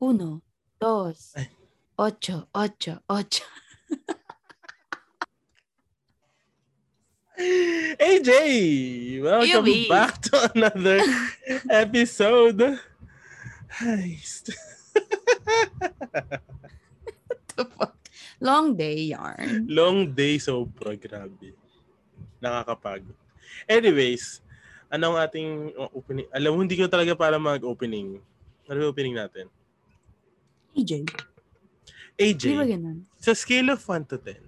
Uno, dos, ocho, ocho, ocho. AJ, welcome Yumi. back to another episode. Ay, st- Long day yarn. Long day sobra, grabe. Nakakapagod. Anyways, anong ating oh, opening? Alam mo, hindi ko talaga para mag-opening. Ano yung opening natin? AJ, di ba AJ, ganun? sa scale of 1 to 10,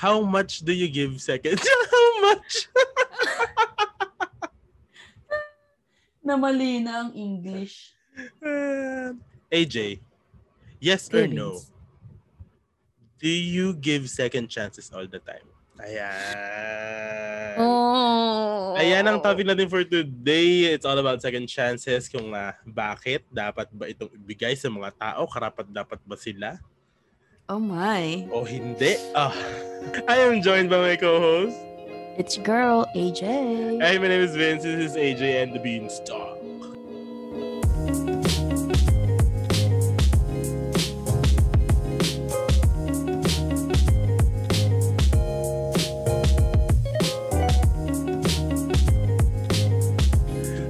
how much do you give second? how much? Namali na ang English. Uh, AJ, yes or no? Feelings. Do you give second chances all the time? Ayan. Oh. Ayan ang topic natin for today. It's all about second chances kung ah, bakit dapat ba itong ibigay sa mga tao, karapat dapat ba sila Oh my. o hindi. Ah. I am joined by my co-host. It's your girl, AJ. Hey, my name is Vince. This is AJ and the Beanstalk.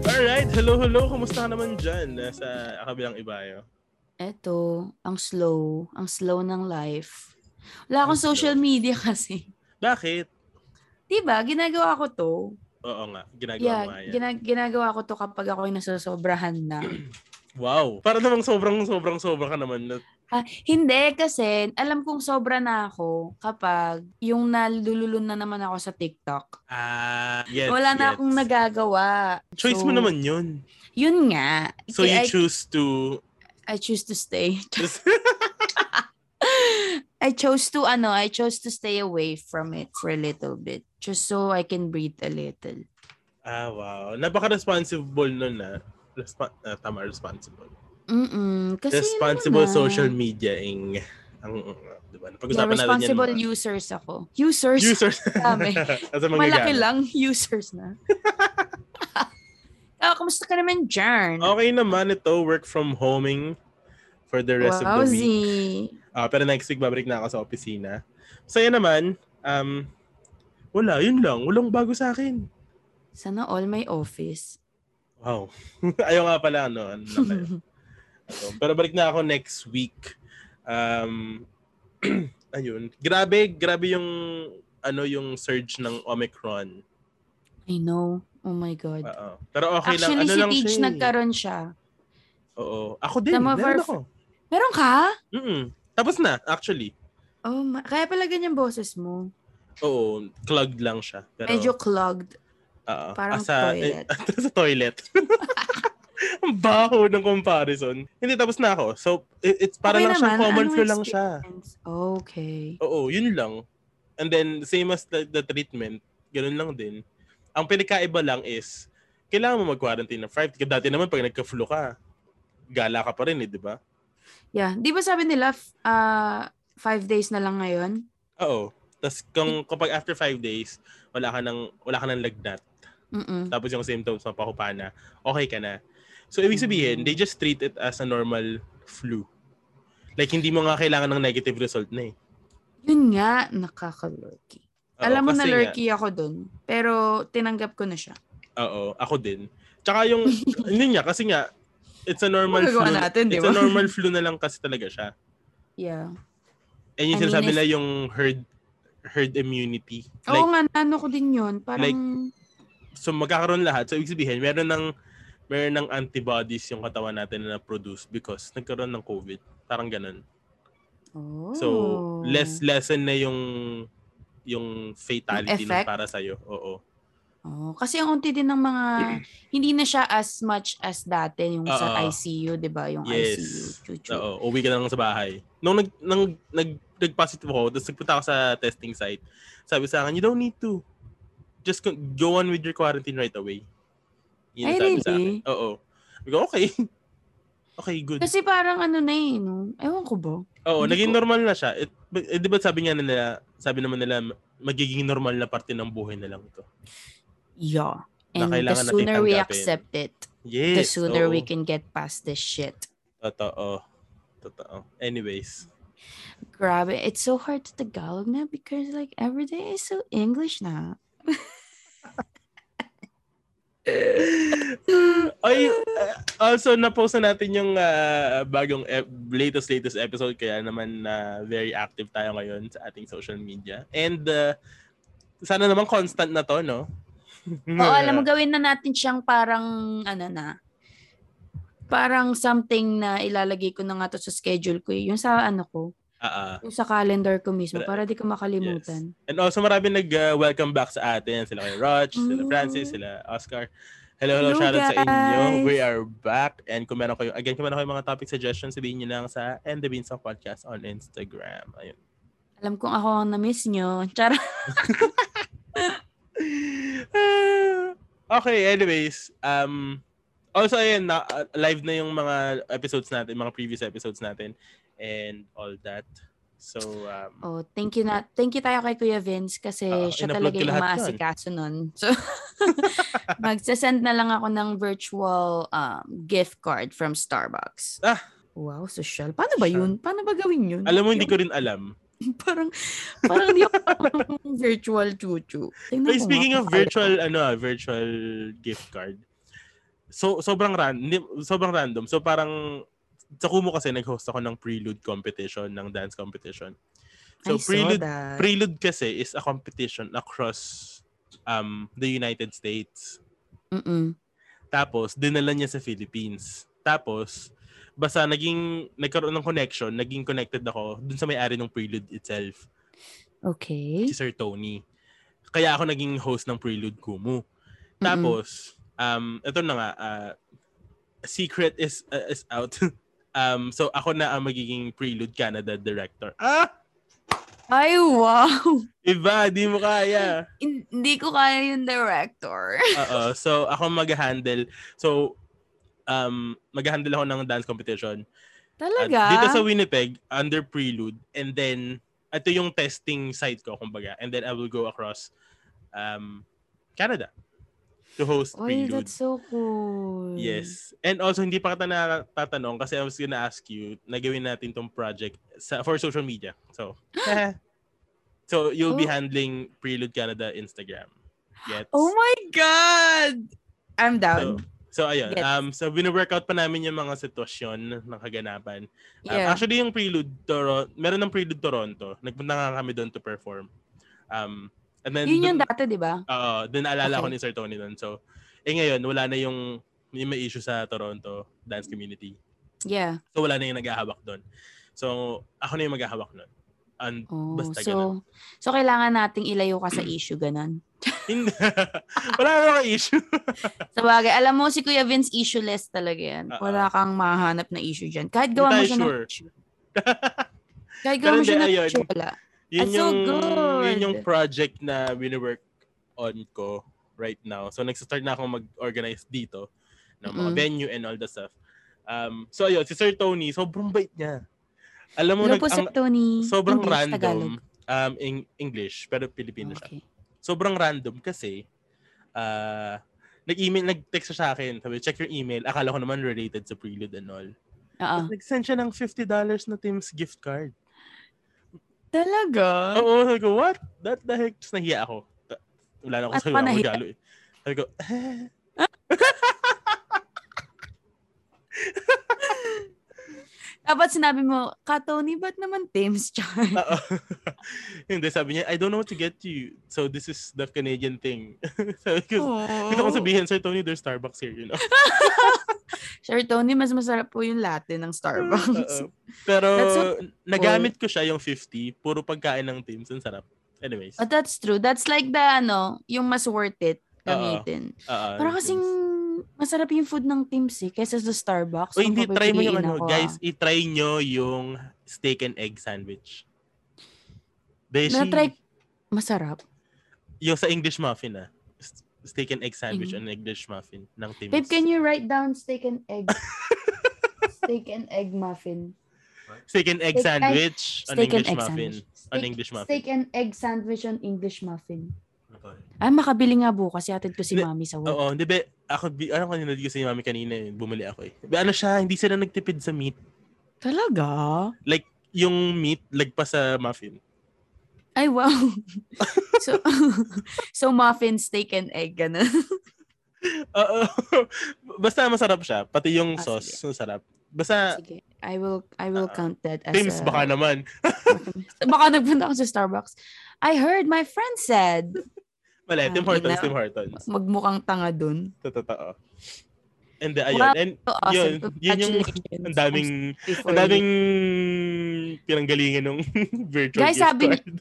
Alright, hello, hello. Kumusta ka naman dyan eh, sa kabilang ibayo? Eto, ang slow. Ang slow ng life. Wala akong Ang slow. social media kasi. Bakit? Di ba? Ginagawa ko to. Oo nga, ginagawa Yeah, mo nga yan. gina- ginagawa ko to kapag ako'y nasosobrahan na. wow. Para namang sobrang sobrang sobra ka naman. na- Ah, hindi kasi alam kong sobra na ako kapag yung nalululun na naman ako sa TikTok. Ah, yes, Wala na yes. akong nagagawa. Choice So, mo naman yun. Yun nga. So Kaya you choose to I, I choose to stay. just I chose to ano, I chose to stay away from it for a little bit just so I can breathe a little. Ah, wow. Napaka-responsible nun na. Respo- ah, tama, responsible. Mm-mm. Kasi yun naman responsible ah. social media ing ang di ba? Yeah, Napag-usapan natin yan. responsible mga users ako. Users. users. Dami. As a Malaki manggagamit. lang users na. oh, kumusta ka naman, Jan? Okay naman ito, work from homing for the rest of the week. Wowzy. Ah, pero next week babalik na ako sa opisina. Masaya naman. Um, wala, yun lang. Walang bago sa akin. Sana all my office. Wow. Ayaw nga pala, ano. ano na kayo. Ano, Pero balik na ako next week. Um, ayun. Grabe, grabe yung ano yung surge ng Omicron. I know. Oh my God. Oo. Pero okay Actually, lang. Ano si lang Teach siya eh. nagkaroon siya. Oo. Ako din. Some of Meron our- ako. Meron ka? Mm-mm. Tapos na, actually. Oh, ma- kaya pala ganyan boses mo. Oo. Clogged lang siya. Pero, Medyo clogged. oo. parang Asa- toilet. eh, sa toilet. Ang baho ng comparison. Hindi, tapos na ako. So, it- it's para Okay lang siyang naman. common Anong flu lang siya. Okay. Oo, yun lang. And then, same as the, the treatment, ganun lang din. Ang pinakaiba lang is, kailangan mo mag-quarantine ng 5. Dati naman, pag nagka-flu ka, gala ka pa rin eh, di ba? Yeah. Di ba sabi nila, f- ah, five days na lang ngayon? Oo. Tapos kung kapag after 5 days, wala ka ng wala ka ng lagnat, Mm-mm. tapos yung symptoms mapakupa na, okay ka na. So ibig sabihin, they just treat it as a normal flu. Like hindi mo nga kailangan ng negative result na eh. Yun nga, nakakalurky. Oo, Alam mo kasi na nga- lurky ako dun. Pero tinanggap ko na siya. Oo, ako din. Tsaka yung, yun nga, kasi nga, it's a normal flu. Magagawa natin, di it's a ba? normal flu na lang kasi talaga siya. Yeah. And I mean, yung sinasabi if- na yung herd herd immunity. Oo Like, nga, naano ko din yun. Parang, so magkakaroon lahat. So, ibig sabihin, meron ng, meron ng antibodies yung katawan natin na na-produce because nagkaroon ng COVID. Parang ganun. oh. So, less lessen na yung yung fatality Yung na effect? para sa'yo. Oo. Oh, kasi ang unti din ng mga hindi na siya as much as dati yung sa Oo. ICU, 'di ba? Yung Yes. ICU. Chuchu. Oo, uwi ka na lang sa bahay. Nung nag, nang, nag, nag-positive ako, tapos nagpunta ako sa testing site, sabi sa akin, you don't need to. Just con- go on with your quarantine right away. Yun ang Ay, sabi sa really? akin. Oo. Sabi ko, okay. okay, good. Kasi parang ano na eh, no? Ewan ko ba? Oo, hindi naging ko- normal na siya. It, but- eh, di ba sabi nga nila, sabi naman nila, magiging normal na parte ng buhay na lang ito. Yeah. Na And the kailangan natin sooner we tanggapin. accept it, Yes. the sooner oo. we can get past this shit. Totoo. Totoo. Anyways. Grabe, it's so hard to Tagalog na because like every day is so English na. Ay, uh, also na-post na natin yung uh, bagong ep- latest latest episode kaya naman uh, very active tayo ngayon sa ating social media. And uh, sana naman constant na to, no? Mm. Oo, alam mo, gawin na natin siyang parang, ano na, parang something na ilalagay ko na nga to sa schedule ko. eh. Yung sa ano ko, Ah, ah. yung sa calendar ko mismo Pero- para di ko makalimutan. And also marami nag-welcome back sa atin. Sila kay Roch, sila Mm. Francis, sila Oscar. Hello, hello, Hello, shout out sa inyo. guys. We are back. And kung meron kayo, again, kung meron kayo mga topic suggestions, sabihin nyo lang sa And the Beans of Podcast on Instagram. Ayun. Alam kong ako ang na-miss nyo. Chara. Ah, okay, anyways, um also ayun na uh, live na yung mga episodes natin, mga previous episodes natin and all that. So um Oh, thank you na. Thank you tayo kay Kuya Vince kasi Oo, siya in-upload talaga ko yung lahat yun. maasikaso nun. So, magsasend na lang ako ng virtual um, gift card from Starbucks. Ah! Wow, social. Paano ba Social. yun? Paano ba gawin yun? alam mo hindi ko rin alam. parang parang di ako parang virtual chuchu. Tingnan But ko nga speaking kung of kaya virtual ano ah, virtual gift card. So sobrang random, sobrang random. So parang sa Kumu kasi nag-host ako ng prelude competition, ng dance competition. ko. So I saw prelude that. Prelude kasi is a competition across um the United States. Mm-mm. Tapos dinala niya sa Philippines. Tapos basta naging nagkaroon ng connection, naging connected ako dun sa may-ari ng Prelude itself, si Okay. Sir Tony. Kaya ako naging host ng Prelude Kumu. Mm-mm. Tapos um ito na nga ah, secret is ah, is out. um so ako na ang magiging Prelude Canada director. Ah, Ay, wow! iba, di mo kaya. Hindi ko kaya yung director. Oo. So, ako mag-handle. So, um, mag-handle ako ng dance competition. At Talaga? dito sa Winnipeg, under Prelude. And then, ito yung testing site ko, kumbaga. And then, I will go across um, Canada to host Oy, Prelude. that's so cool. Yes. And also, hindi pa kita natatanong kasi I was gonna ask you na gawin natin tong project sa, for social media. So, eh. so you'll be Oh. handling Prelude Canada Instagram. Gets? Oh my God! I'm down. So, so ayun. Gets. Um, so, binu-workout pa namin yung mga sitwasyon ng kaganapan. Um, yeah. actually, yung Prelude Toronto, meron ng Prelude Toronto. Nagpunta nga kami doon to perform. Um, and then, Yun yung dun- dati, di ba? Oo, dun naalala ko Okay. ni Sir Tony doon. So, eh ngayon, wala na yung, yung may issue sa Toronto dance community. Yeah. So, wala na yung naghahawak doon. So, ako na yung maghahawak nun. And, Oh, Basta so, so kailangan nating ilayo ka sa issue, ganun. hindi. wala na akong issue. Sa bagay, alam mo, si Kuya Vince issue-less talaga yan. Oo. Wala kang mahanap na issue dyan. Kahit Uh-uh. gawa mo Hindi tayo siya sure. ng issue. Kahit gawa Pero mo siya ng hindi, ayun. issue, wala. That's Yun Ah, so yung, yun good. yung project na wini-work on ko right now. So, nagsastart na akong mag-organize dito ng mga Mm-mm. venue and all the stuff. Um, so, ayun, si Sir Tony, sobrang bait niya. Alam mo, Hello nag, po, Sir ang, Tony. sobrang English, Tagalog. random. Um, in English, pero Pilipino siya. Okay. Sobrang random kasi, ah, nag-email, nag-text siya sa akin. Sabi, check your email. Akala ko naman related sa prelude and all. Oo. Tapos Nag-send siya ng $50 na Tim's gift card. Talaga? Oo, sabi ko, what? That the heck? Tapos nahiya ako. Ta- Wala na ako At sa wala akong panahiya. regalo eh. Sabi ko, eh. Dapat sinabi mo, ka Tony, ba't naman Thames Char? oo. Hindi, sabi niya, I don't know what to get you. So this is the Canadian thing. sabi ko, Oh. gusto kong sabihin, Sir Tony, there's Starbucks here, you know? Sir Tony, mas masarap po yung latte ng Starbucks. Oo. Pero That's so nagamit ko siya yung 50, puro pagkain ng Tim's, ang sarap. Anyways. But that's true. That's like the, ano, yung mas worth it gamitin. oo, Parang yung kasing Tim's. masarap yung food ng Tim's eh, kaysa sa Starbucks. Ang Uy, hindi, try mo yung papipiliin ano. ako, Guys, ah. i-try nyo yung steak and egg sandwich. Beshi. Na-try, masarap. Yung sa English muffin ah. S- Steak and egg sandwich and English muffin ng Tim's. Mm. Babe, can you write down steak and egg? steak and egg muffin. Steak and egg Steak and- sandwich on Steak and English egg muffin. sandwich. On Steak- English muffin. Steak and egg sandwich on English muffin. Ano to? Ah, makabili nga bukas. Yatid ko si Hindi- mami sa work. Oo, hindi ba, ako, bi- ano kanina ko sa mami kanina, eh, bumili ako eh. Ba, Ano siya, hindi sila nagtipid sa meat. Talaga? Yung meat, lagpas sa muffin. Ay, wow. so, so muffin, steak, and egg. Ganun. Oo. Basta masarap siya. Pati yung Ah, sauce, masarap. Basta, Sige. I will I will Ah, count that as Tim's a- baka naman. baka nagpunta ako sa Starbucks. I heard my friend said Wala, Ah, Tim Hortons, yun na. Tim Hortons. magmukhang tanga dun. Totoo. And the, ayun. Wow. And So awesome. Yun, yun yung- Congratulations. ang daming, I'm sorry for ang you. daming pinanggalingan ng virtual Guys, gift sabi ni- card.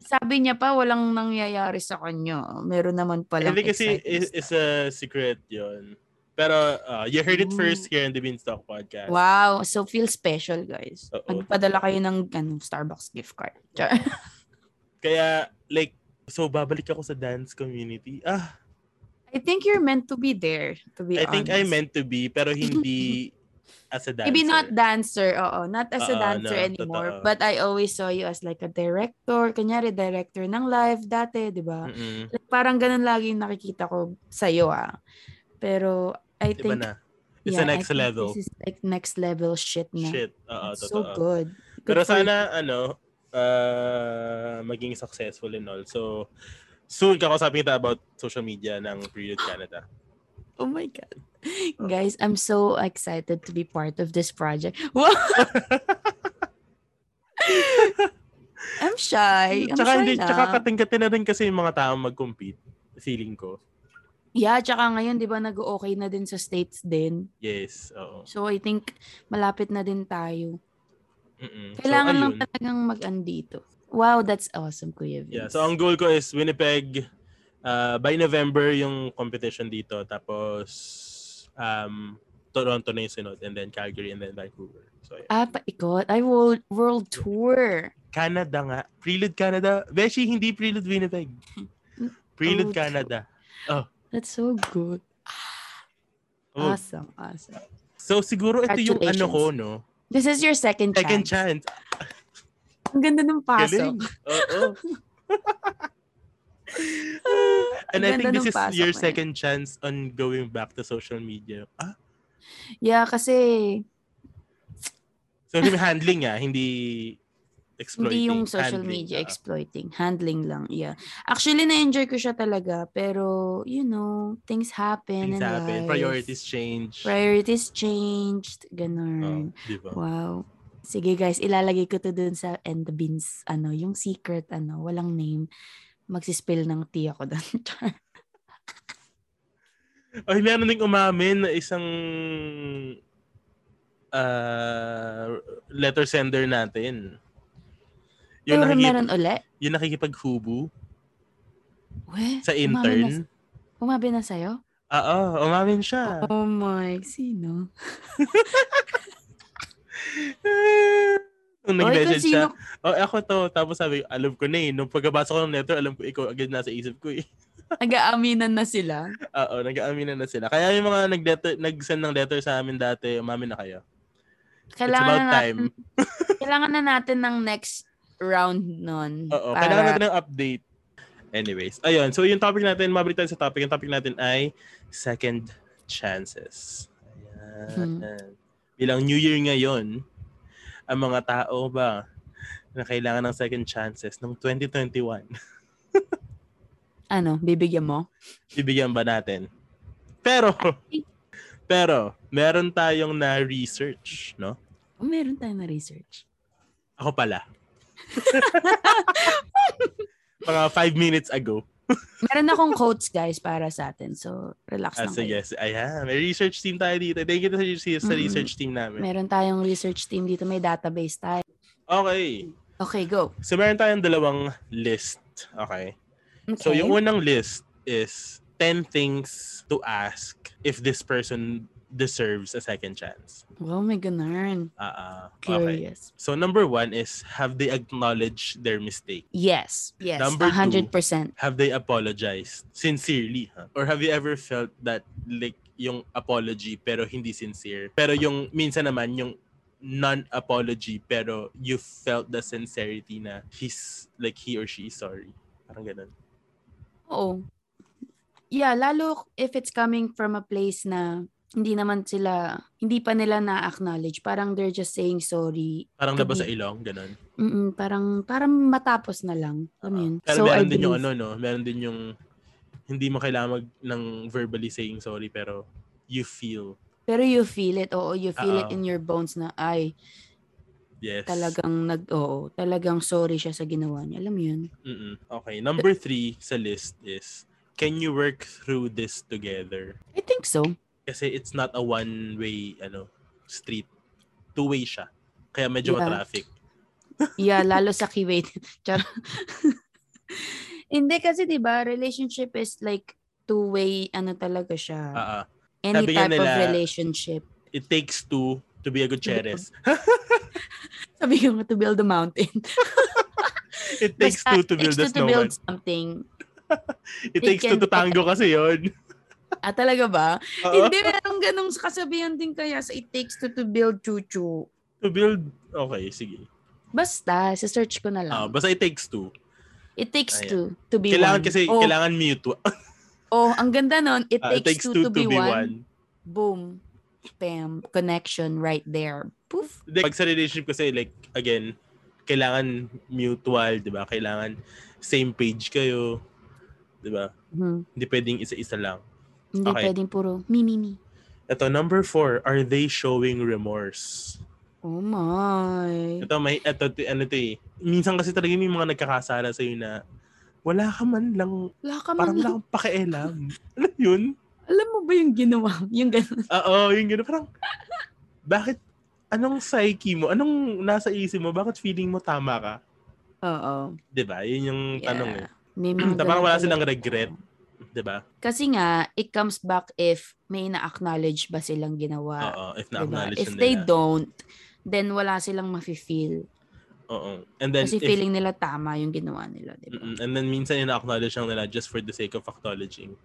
Sabi niya pa walang nangyayari sa kanya. Meron naman pala. Hindi kasi is, is a secret yon. Pero uh, you heard it Ooh. first here in the Beanstalk podcast. Wow, so feel special guys. Oo. Magpadala kayo ng ano, Starbucks gift card. Char. Kaya like so babalik ako sa dance community. Ah, I think you're meant to be there, to be I think I honest. meant to be pero hindi as a dancer. Maybe not dancer, oo. Not as a Oo, dancer no, anymore. totoo. But I always saw you as like a director. Kanyari, director ng live dati, di ba? Mm-mm. Like, parang ganun lagi yung nakikita ko sa'yo, ah. Pero I Iba think... na. It's yeah, a I next think level. This is like next level shit na. Shit. Oo, That's so totoo. good. Good Pero for you. sana ano uh, maging successful and all. So soon kakausapin kita about social media ng Period Canada. Oh my God. Guys, I'm so excited to be part of this project. Wow! I'm shy. I'm tsaka shy hindi, na. tsaka katingkatin na rin kasi yung mga tao mag-compete. Feeling ko. yeah, tsaka ngayon, di ba, nag-okay na din sa states din. Yes, oo. So, I think malapit na din tayo. Mm-mm. Kailangan so, lang ayun. talagang mag-andito. Wow, that's awesome, Kuya Vince. Yeah, so ang goal ko is Winnipeg uh, by November yung competition dito tapos um Toronto na yung sunod and then Calgary and then Vancouver. So yeah. Ah, paikot. Ay, world, world tour. Canada nga. Prelude Canada. Beshi, hindi Prelude Winnipeg. Prelude Oh, Canada. That's so good. Oh. Awesome, awesome. So siguro ito yung ano ko no. This is your second chance. Second chance. Ang ganda ng pasok. Galing. Oo. And I Ang think ganda this ng is pasok your na yan. second chance on going back to social media. Ah, Yeah, kasi So, hindi handling ah, hindi exploiting. hindi yung social handling, media ah. exploiting. Handling lang, yeah. Actually, na-enjoy ko siya talaga. Pero, you know, things happen in Things life. happen. Priorities change. Priorities changed. Oh, Ganun. di ba? Wow. Sige guys, ilalagay ko to dun sa end the beans. Ano, yung secret, ano, walang name. Magsispill ng tea ako dun. Char. Ay, meron ding umamin na isang ah, letter sender natin. Yung, Pero nakikip, meron uli. yung nakikipaghubo We, sa umamin intern. na- Umabi na sa'yo? Oo, umamin siya. Oh my, sino? Oy, Nung kung nag-message sino, siya, oh, ako to. Tapos sabi, alam ko na eh. Nung pagkabasa ko ng letter, alam ko ikaw agad nasa isip ko eh. nag-aaminan na sila. Oo, nag-aaminan na sila. Kaya yung mga nag-letter, nag-send ng letter sa amin dati, umamin na kayo. It's Kailangan about na time. natin, kailangan na natin ng next round nun. Oo, kailangan natin ng update. Anyways, ayun. So, yung topic natin, mabalik tayo sa topic. Yung topic natin ay second chances. Hmm. Ayan. Bilang New Year ngayon, ang mga tao ba na kailangan ng second chances ng 2021, Ano, bibigyan mo? bibigyan ba natin? Pero, pero, meron tayong na-research, no? Oh, meron tayong na research. Ako pala. Mga five minutes ago. Meron akong quotes guys para sa atin. So, relax Ah, lang so kayo. yes, ayan. May research team tayo dito. Thank you to sa, sa Mm. research team namin. Meron tayong research team dito. May database tayo. Okay. Okay, go. So meron tayong dalawang list. Okay. Okay. So yung unang list is 10 things to ask if this person deserves a second chance. Oh my ganarn. Ah, ah. okay. Curious. So number one is have they acknowledged their mistake? Yes. Yes. Number a 100%. Have they apologized sincerely? Huh? Or have you ever felt that like yung apology pero hindi sincere? Pero yung minsan naman yung non-apology pero you felt the sincerity na he's like he or she is sorry. Parang ganun. Oo. Yeah, lalo if it's coming from a place na hindi naman sila, hindi pa nila na-acknowledge. Parang they're just saying sorry. Parang labas sa Gabi. ilong, ganun. Mm-mm, parang, parang matapos na lang. Alam mo yun? Ah, So, Pero I meron din yung believe- ano, no? Meron din yung hindi mo kailangan mag, ng verbally saying sorry pero you feel. Pero you feel it. Oo, you feel it Oo. in your bones na, ay, Yes. talagang nag, oo, talagang sorry siya sa ginawa niya. Alam mo yun? Mm-mm. Okay, number three sa list is, can you work through this together? I think so. Kasi it's not a one-way ano street. Two-way siya. Kaya medyo Yeah. ma-traffic. Yeah, lalo sa kiway. Char. Hindi kasi 'di ba, relationship is like two-way ano talaga siya. Ah, ah. Any sabi nga type of nila- relationship. It takes two to be a good cheres. Sabi ko nga, to build a mountain. It takes Basta, two to build a takes two to build snowman. something. It they takes two can- to tango kasi yun. Ah, talaga ba? Oo. Hindi, merong ganong kasabihan din kaya sa it takes two to build chuchu. To build, okay, sige. Basta, sa search ko na lang. Ah, basta it takes two. it takes ayan. two to be Kailangan one. kasi, oh, kailangan mutual. oh, ang ganda nun. It, Ah, takes, two, to, be, one. one. Boom. Bam. Connection right there. Poof. Hindi, Pag sa relationship kasi, like, again, kailangan mutual, di ba? Kailangan same page kayo. Di ba? Mhm. Hindi pwedeng isa-isa lang. Hindi Okay. pwedeng puro mi, mi, mi. Ito, number four, are they showing remorse? Oh my. Ito, may, ito, t- ano to eh. Minsan kasi talaga may mga nagkakasala sa'yo na wala ka man lang, Wala ka man parang wala lang. kang pakialam. Alam yun? Alam mo ba yung ginawa? Yung ganun. Oo, yung gano'n. Parang, bakit, anong psyche mo? Anong nasa isip mo? Bakit feeling mo tama ka? Oo. 'Di ba Yun yung tanong eh. Diba? May mga Ta- parang ganun wala talaga. silang regret. 'Di Diba? ba Kasi nga, it comes back if may na-acknowledge ba silang ginawa. Oo, if Diba? na-acknowledge If na they nila. don't, then wala silang mafe-feel. Oo. And then, Kasi if, feeling nila tama yung ginawa nila. Diba? Mm-mm. and then minsan ina-acknowledge lang nila just for the sake of acknowledging.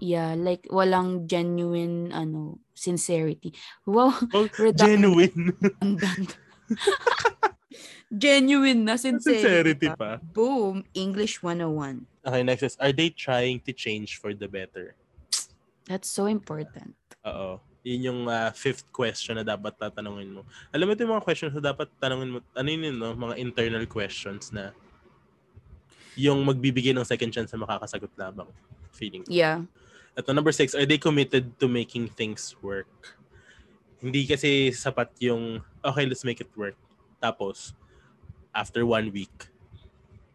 Yeah, like walang genuine ano sincerity. Wow, Oh, redundant. genuine. genuine na sincerity. Sincerity pa. pa. Boom, English 101. Okay, next is, are they trying to change for the better? That's so important. Oo. Yun yung ah, fifth question na dapat tatanungin mo. Alam mo ito yung mga questions na dapat tanungin mo, ano yun, yun, no? mga internal questions na yung magbibigay ng second chance na makakasagot labang feeling. Yeah. Ito, number six, are they committed to making things work? Hindi kasi sapat yung, okay, let's make it work. Tapos, after one week,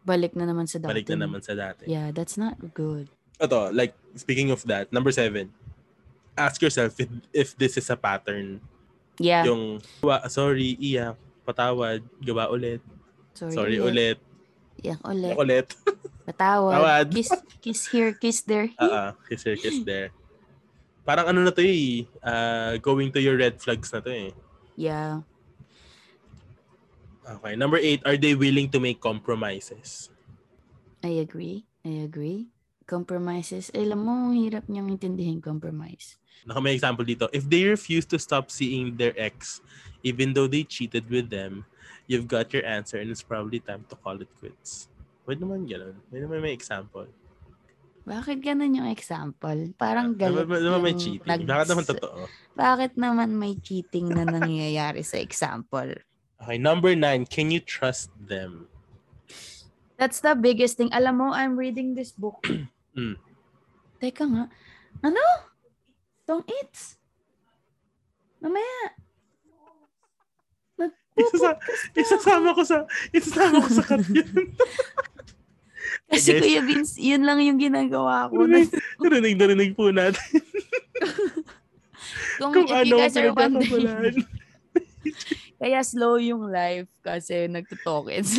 Balik na naman sa dati. balik na naman sa dati. Yeah, that's not good. Ito, like, speaking of that, number seven, ask yourself if, if this is a pattern Yeah. yung wa, sorry, iyak, patawad, gawa ulit, Sorry, sorry ulit, Yeah, iyak ulit. ulit. Patawad. Tawad. Kiss, kiss here, kiss there. Ah, ah, kiss here, kiss there. Parang ano na to eh, ah, going to your red flags na to eh. Yeah. Okay, number eight, are they willing to make compromises? I agree. I agree. Compromises. Eh, Alam mo, ang hirap niyang intindihin compromise. Naka may example dito. If they refuse to stop seeing their ex, even though they cheated with them, you've got your answer and it's probably time to call it quits. Pwede naman ganun. Pwede naman may example. Bakit ganun yung example? Parang Naman, galit. naman may yung cheating. nag- Bakit naman totoo? Bakit naman may cheating na nangyayari sa example? Okay, number nine, can you trust them? That's the biggest thing. Alam mo, I'm reading this book. Mm. Teka nga. Ano? Tong it's. Mamaya. Oh, Isasa- isasama ko sa isasama ko sa cut yun. Kasi guys. Kuya Vince, yun lang yung ginagawa ko. Narinig- narinig na rinig po natin Kung, kung if you ano ang guys are pinagkakabalaan. wondering, kaya slow yung live kasi nagtutokens.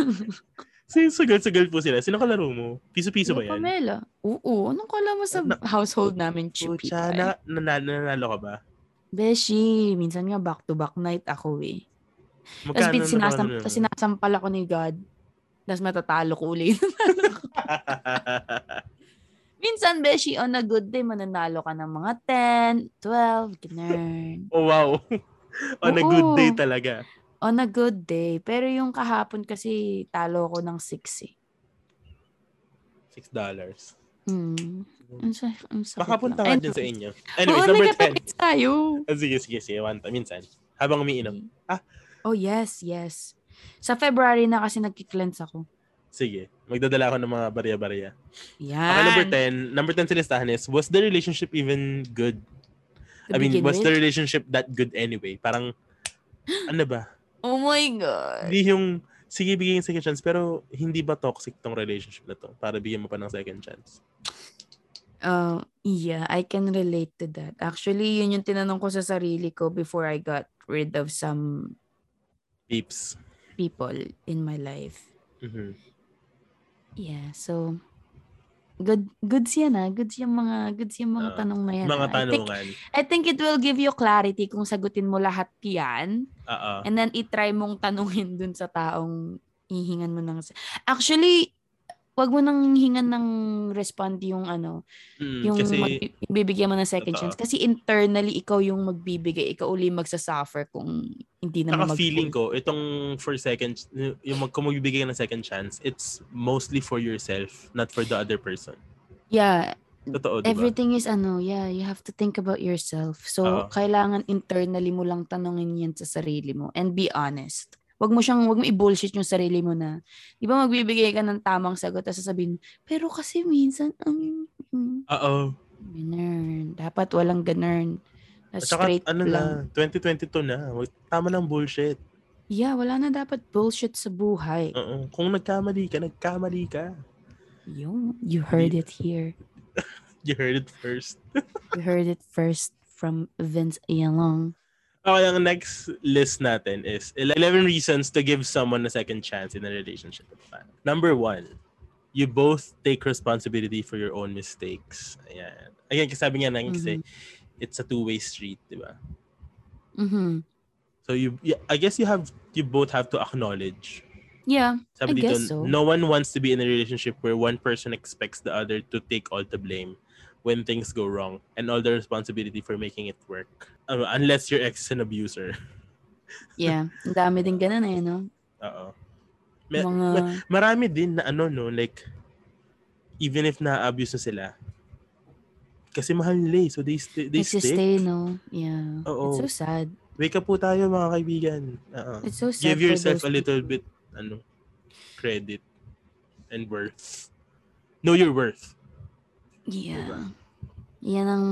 Sino sagal-sagal po sila? Sino kalaro mo? Piso-piso ba yan? Pamela. Oo. Anong kala mo sa Na- household namin, Chippy? Pucha, na, na, nanalo ka ba? Beshi, minsan nga back-to-back night ako eh. Tapos bin, sinasam, na- tas sinasampal ako ni God. Tapos matatalo ko ulit. Minsan, Beshi, on a good day, mananalo ka ng mga 10, 12, ganun. oh, wow. On a Oo. good day talaga. On a good day. Pero yung kahapon kasi, talo ko ng 6 eh. Six dollars. Mm. Ang, sa- ang sakit Baka punta lang. ka dyan sa Anyway. inyo. Anyways, Oo, number 10. nagkapatid tayo. Ah, Sige, sige, sige. One time. Minsan. Habang umiinom. Ah. Oh, yes, yes. Sa February na kasi nagki-cleanse ako. Sige. Magdadala ako ng mga barya-barya. Yan. Okay, number 10. Number 10 sa listahan is, was the relationship even good? To I mean, begin was with. the relationship that good anyway? Parang, ano ba? Oh my God. Hindi yung, sige, bigyan yung second chance, pero hindi ba toxic tong relationship na to? Para bigyan mo pa ng second chance. Uh, yeah, I can relate to that. Actually, yun yung tinanong ko sa sarili ko before I got rid of some Peeps. people in my life. Mhm. Yeah, so good good siya na. Good yung mga good yung mga Ah, tanong na yan. Mga ah. I think, tanungan. I think it will give you clarity kung sagutin mo lahat 'yan. Oo. And then itry mong tanungin dun sa taong hihingan mo ng... Actually, wag mo nang hingan ng respond yung ano, Mm, yung kasi, mag- bibigyan mo ng second chance. Totoo. Kasi internally, ikaw yung magbibigay. Ikaw uli magsasuffer kung hindi naman saka mag- feeling ko, itong for second, yung mag, kung magbibigay ka ng second chance, it's mostly for yourself, not for the other person. Yeah, Totoo, di ba? everything is ano, yeah, you have to think about yourself. So, Oo. kailangan internally mo lang tanungin yan sa sarili mo and be honest. Wag mo siyang, wag mo i-bullshit yung sarili mo na, di ba magbibigay ka ng tamang sagot at sasabihin, pero kasi minsan, ang Oo. Ganun. Dapat walang ganun. At That's saka, straight ano lang. na, 2022 na. Wag- Tama ng bullshit. Yeah, wala na dapat bullshit sa buhay. Oo. Kung nagkamali ka, nagkamali ka. Yung, you heard it here. You heard it first. You heard it first from Vince Ayalong. Okay, ang next list natin is 11 reasons to give someone a second chance in a relationship. Number one, you both take responsibility for your own mistakes. Ayan. Again, kasi sabi nga namin kasi, Mm-hmm. it's a two-way street, di ba? Mhm. So, you, yeah, I guess you have, you both have to acknowledge Yeah. I Sabi dito, guess so. no one wants to be in a relationship where one person expects the other to take all the blame when things go wrong and all the responsibility for making it work. Um, unless your ex is an abuser. Yeah. Ang dami din ganun eh, no? Oo. Me- Mga... Marami din na ano no, like, even if na-abuse na sila, kasi mahal nila eh, so they, st- they It's stay. just stay, no? Yeah. Oo. It's so sad. Wake up po tayo mga kaibigan. Oo. It's so sad. for Give yourself those a little people. bit, ano, credit and worth. Know your worth. diba? Yeah. Yan ang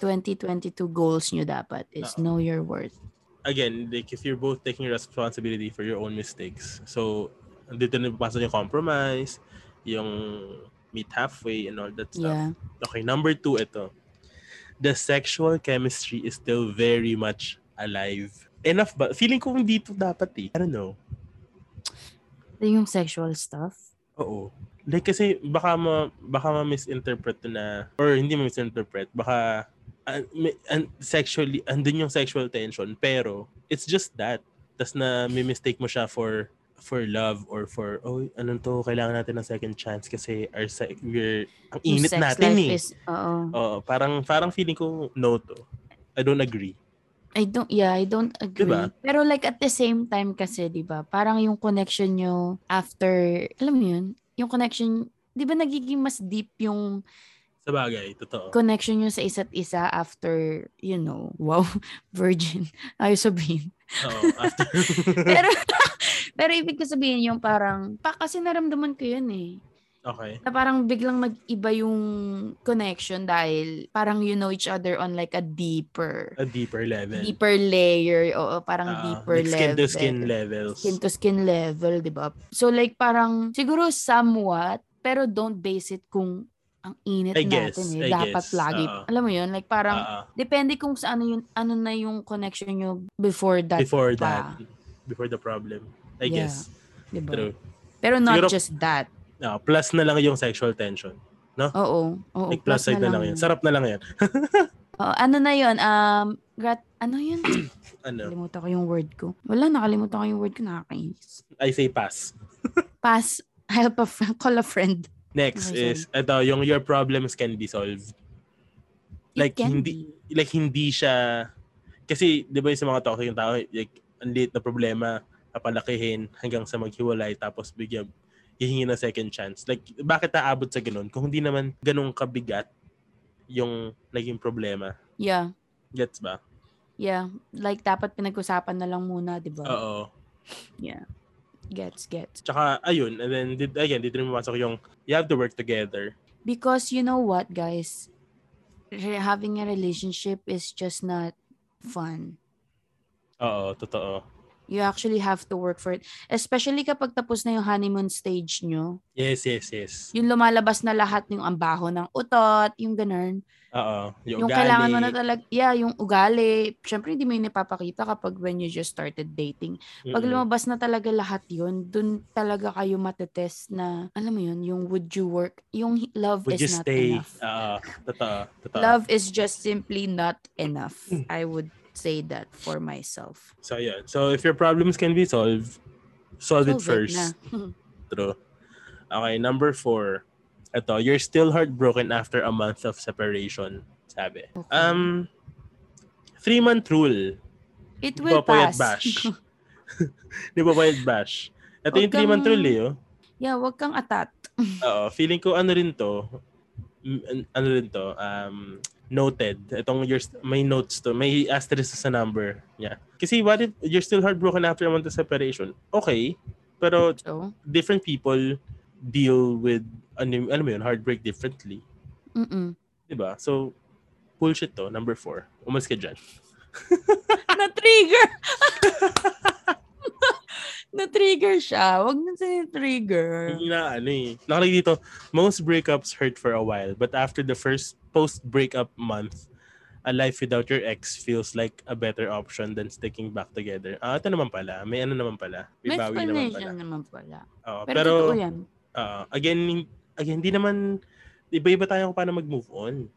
2022 goals nyo dapat is Oo. know your worth. again, like if you're both taking responsibility for your own mistakes. So, dito na papasok yung compromise, yung meet halfway and all that stuff. Yeah. Okay, number two, ito. The sexual chemistry is still very much alive. Enough ba? Feeling ko hindi ito dapat eh. I don't know. Yung sexual stuff. Oo. Like kasi baka ma, baka ma-misinterpret to na or hindi ma-misinterpret. Baka an, mi- an, sexually andun yung sexual tension pero it's just that. Tas na may mistake mo siya for for love or for oh ano to kailangan natin ng second chance kasi our se- we're ang Yung init sex natin life eh. Is, oo. Oo, parang parang feeling ko no to. I don't agree. I don't, yeah, I don't agree. Diba? Pero like at the same time kasi, di ba, parang yung connection nyo after, alam mo yun, yung connection, di ba nagiging mas deep yung Sa bagay, totoo. connection nyo sa isa't isa after, you know, wow, virgin. Ayaw sabihin. Oo, after Pero, pero ibig ko sabihin yung parang, pa, kasi naramdaman ko yun eh. Okay. Na parang biglang mag-iba yung connection dahil parang you know each other on like a deeper, A deeper level. deeper layer. Oo, parang Ah, deeper like level. skin to skin levels. skin to skin level, di ba? So like parang siguro somewhat, pero don't base it kung ang init I guess, natin eh. I Dapat guess, lagi. oo. alam mo yun? Like parang, Ah, ah. depende kung sa ano, yun, ano na yung connection nyo before that. before pa. that before the problem I Yeah, guess di ba? true Pero not Siguro- just that. Ah, plus na lang yung sexual tension Oo. Oo. like plus, side na lang, yun sarap na lang yan Oo, ano na yun? Um, grat- ano yun? ano Nakalimutan ko yung word ko. Wala, nakalimutan ko yung word ko. Nakakainis. I say pass Pass. Help a friend. Call a friend. next Okay, is ito yung your problems can be solved It Like, can hindi- be. like hindi siya kasi di ba yung sa mga toxic yung tao like ang liit na problema papalakihin hanggang sa maghiwalay tapos bigyan hihingi ng second chance. Like, bakit aabot sa ganun? Kung hindi naman ganun kabigat yung naging problema. Yeah. Gets ba? Yeah. Like, dapat pinag-usapan na lang muna, di ba? Oo. Gets, gets. Tsaka, ayun. And then, did, again, dito rin pumasok yung you have to work together. Because you know what, guys? Re- having a relationship is just not fun. Oo, totoo. You actually have to work for it. Especially kapag tapos na yung honeymoon stage nyo, Yes, yes, yes. yung lumalabas na lahat yung ambaho ng utot, yung ganun. Oo. Yung, kailangan mo na talaga, yeah, yung ugali. Syempre, hindi mo yun ipapakita kapag when you just started dating. Pag lumabas na talaga lahat yun, dun talaga kayo matetest na, alam mo yun, yung would you work, yung hi- love Would is you not stay? uh, enough. Oo. Totoo. Totoo. love is just simply not enough. Hmm. I would say that for myself. So, yeah. So, if your problems can be solved, solve, it Solve first. na. True. Okay, number four. Ito, you're still heartbroken after a month of separation. Sabi. Okay. Um, three-month rule. It Di will ba payat pass. bash? Di ba payat bash? Ito Huwag yung three-month kang- rule eh. oh. yeah, wag kang atat. Oo, feeling ko ano rin to, mm, an- ano rin to, um, noted. Itong your, may notes to, may asterisk sa number niya. Kasi what if you're still heartbroken after a month of separation? Okay, pero So, different people deal with ano, ano mo yun, heartbreak differently. mm Diba? So, bullshit to, number four. Umalis ka dyan. Na-trigger! Na-trigger siya. Wag na siya trigger Hindi na, ano eh. Nakalagay dito, most breakups hurt for a while, but after the first post-breakup month, a life without your ex feels like a better option than sticking back together. Ah, ito naman pala. May ano naman pala. May May bawi naman pala. explanation naman pala. Oo, Pero, pero, totoo yan. ah, again, hin- again, hindi naman, iba-iba tayo kung paano mag-move on.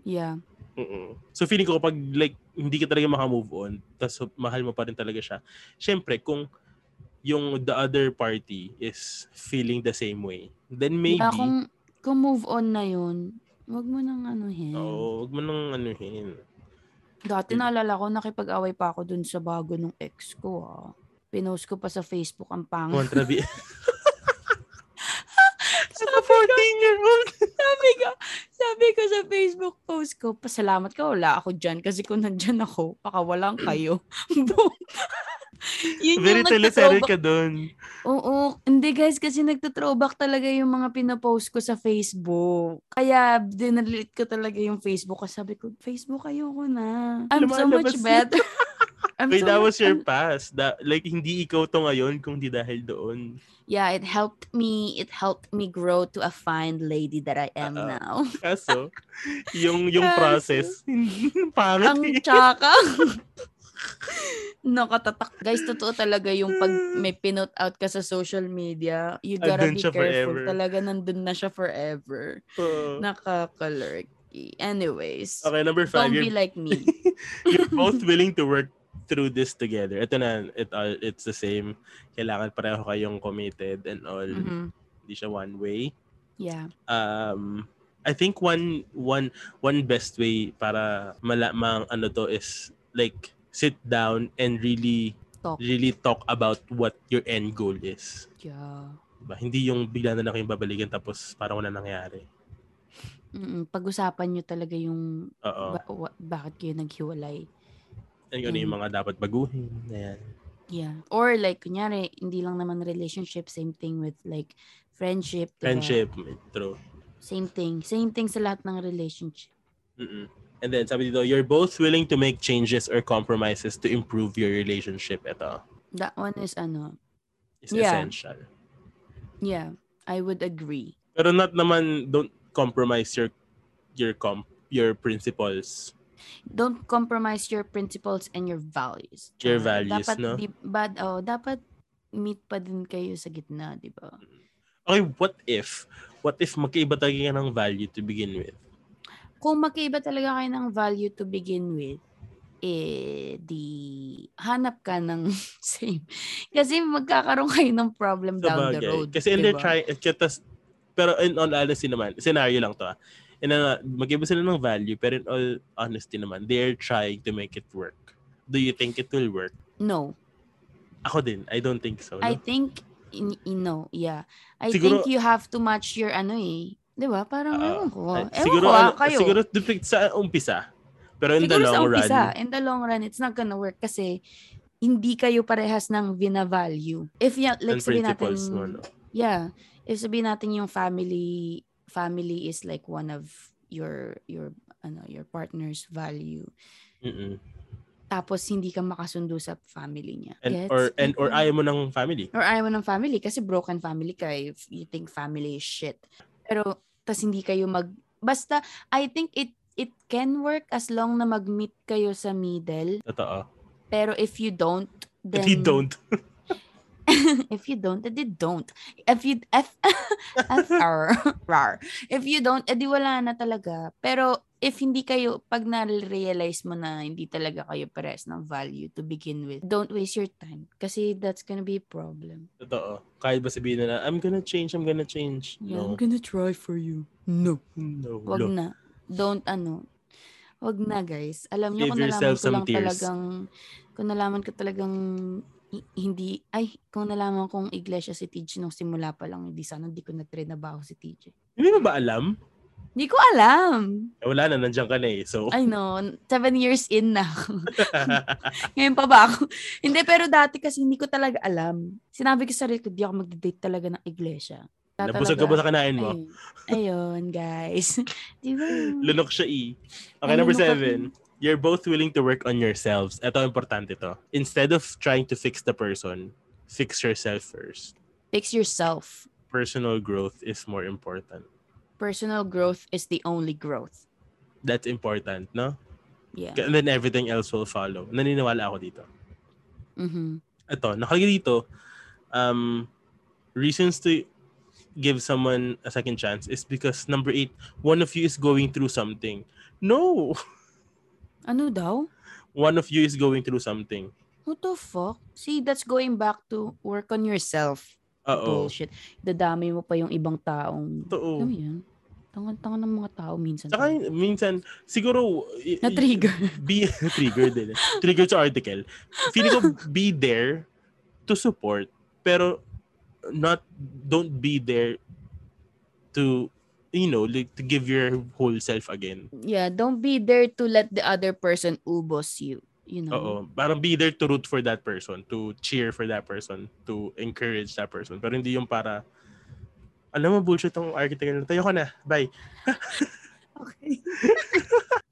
Yeah. mm So feeling ko kapag like hindi ka talaga makamove on, tas mahal mo pa rin talaga siya. Syempre kung yung the other party is feeling the same way, then maybe Yeah, kung, kung move on na yun, wag mo nang anuhin. oh, wag mo nang anuhin. Dati naalala ko, nakipag-away pa ako dun sa bago nung ex ko. Ah. Pinost ko pa sa Facebook ang pangit. Kontrabi. Sabi ko, 14 year old. sabi ko, sabi ko sa Facebook post ko, pasalamat ka, wala ako dyan. Kasi kung nandyan ako, baka walang kayo. Boom. Yun Very yung teleserye nagtathrowback. ka doon. Oo. Hindi guys, kasi nagtathrowback talaga yung mga pinapost ko sa Facebook. Kaya dinalit ko talaga yung Facebook. Kasi sabi ko, Facebook ayoko na. I'm so much Lumalabas na. better. I'm Wait, so that was much- your past. That, like, hindi ikaw to ngayon kung di dahil doon. Yeah, it helped me. It helped me grow to a fine lady that I am Uh-uh. now. Kaso, yung yung Kaso. process, hindi pangit. Ang eh. tsaka. Nakatatak. Guys, totoo talaga yung pag may pinot out ka sa social media, you gotta Andun be siya careful. forever. Talaga nandun na siya forever. Oo. Nakakalurky. Anyways, okay, number five. don't be you're like me. you're both willing to work through this together. Ito na, it, all- it's the same. Kailangan pareho kayong committed and all. Mhm. Hindi siya one way. Yeah. Um, I think one one one best way para malamang ano to is like sit down and really Talk. really talk about what your end goal is. Yeah. Diba? Hindi yung bigla na lang kayong babalikan tapos parang wala nangyari. Mm-mm. Pag-usapan nyo talaga yung Oo. ba- wa- bakit kayo naghiwalay. And ano Mm. yung mga dapat baguhin. Diba? Ayan. Yeah. Or like, kunyari, hindi lang naman relationship, same thing with like friendship. diba? Friendship. True. Same thing. Same thing sa lahat ng relationship. Mm-mm. And then sabi dito, you're both willing to make changes or compromises to improve your relationship. Ito That one is ano. is Yeah. essential. Yeah, I would agree. Pero not naman don't compromise your your comp your principles. Don't compromise your principles and your values. Your Tsaka values, dapat no? Di, bad, oh, dapat meet pa din kayo sa gitna, di ba? Okay, what if? What if magkaiba talaga yan ng value to begin with? Kung magkaiba talaga kayo ng value to begin with, eh, di hanap ka ng same. Kasi magkakaroon kayo ng problem down the Sabagay. road. diba? Kasi in di their ba? try if kitas, pero in all honesty naman, scenario lang to ah. In all, magkaiba sila ng value, pero in all honesty naman, they're trying to make it work. Do you think it will work? No. Ako din, I don't think so. no? I think in, in, no, yeah. I Siguro- think you have to match your ano eh. Di ba? Parang Oo. ewan ko. Ay, ewan siguro, ko ah, ano- kayo. siguro depict sa umpisa. Pero in the Siguro long sa umpisa, run, in the long run, it's not gonna work kasi hindi kayo parehas ng vina-value. If yan, like and sabihin natin, principles mo, no? yeah, if sabihin natin yung family, family is like one of your, your, ano, your partner's value. Mm-mm. Tapos hindi ka makasundo sa family niya. And, Gets? or, and, or Mm-mm. ayaw mo ng family. Or ayaw mo ng family kasi broken family ka eh. if you think family is shit. Pero, tas hindi kayo mag... Basta, I think it it can work as long na mag-meet kayo sa middle. Totoo. Pero if you don't, then... If you don't, if you don't, edi don't. If you... F... FR. Rar. If you don't, edi wala na talaga. Pero, if hindi kayo, pag na-realize mo na hindi talaga kayo pares ng value to begin with, don't waste your time. Kasi that's gonna be a problem. totoo. Kahit ba sabihin na, I'm gonna change, I'm gonna change. Yeah, No. I'm gonna try for you. No. No. Wag no. na. Don't ano. Wag na guys. Alam Save niyo kung nalaman ko yourself some lang tears. talagang kung nalaman ko talagang hi- hindi ay kung nalaman kong iglesia si TJ nung simula pa lang hindi sana hindi ko na-trainabaho si TJ. Hindi mo ba alam? Hindi ko alam. Eh, wala na, nandiyan ka na eh. So, I know. Seven years in na ako. Ngayon pa ba ako? hindi, pero dati kasi hindi ko talaga alam. Sinabi ko sa sarili ko, di ako magde-date talaga ng iglesia. Kaya nabusog talaga- ka ba sa kanain mo? Ayun. Ayun, guys. Di ba? Lunok siya E. Okay, Ay, number lunok ako. seven. You're both willing to work on yourselves. Ito, importante to. Instead of trying to fix the person, fix yourself first. Fix yourself. Personal growth is more important. Personal growth is the only growth. That's important, no? Yeah. And then everything else will follow. Naniniwala ako dito. Mm-hmm. Ito, nakalagay dito, um, reasons to give someone a second chance is because number eight, one of you is going through something. No! Ano daw? One of you is going through something. What the fuck? See, that's going back to work on yourself. Uh-oh. Bullshit. Oh, Dadami mo pa yung ibang taong... Oh. Totoo. Alam mo yun? Tangan-tangan ng mga tao minsan. Tsaka minsan, siguro... y- y- Na-trigger. Be, trigger din. Trigger sa article. Feeling ko, be there to support, pero not, don't be there to, you know, like, to give your whole self again. Yeah, don't be there to let the other person ubos you. You know? Oo. Parang be there to root for that person, to cheer for that person, to encourage that person. Pero hindi yung para, alam mo, bullshit tong architect. Tayo ka na. Bye. Okay.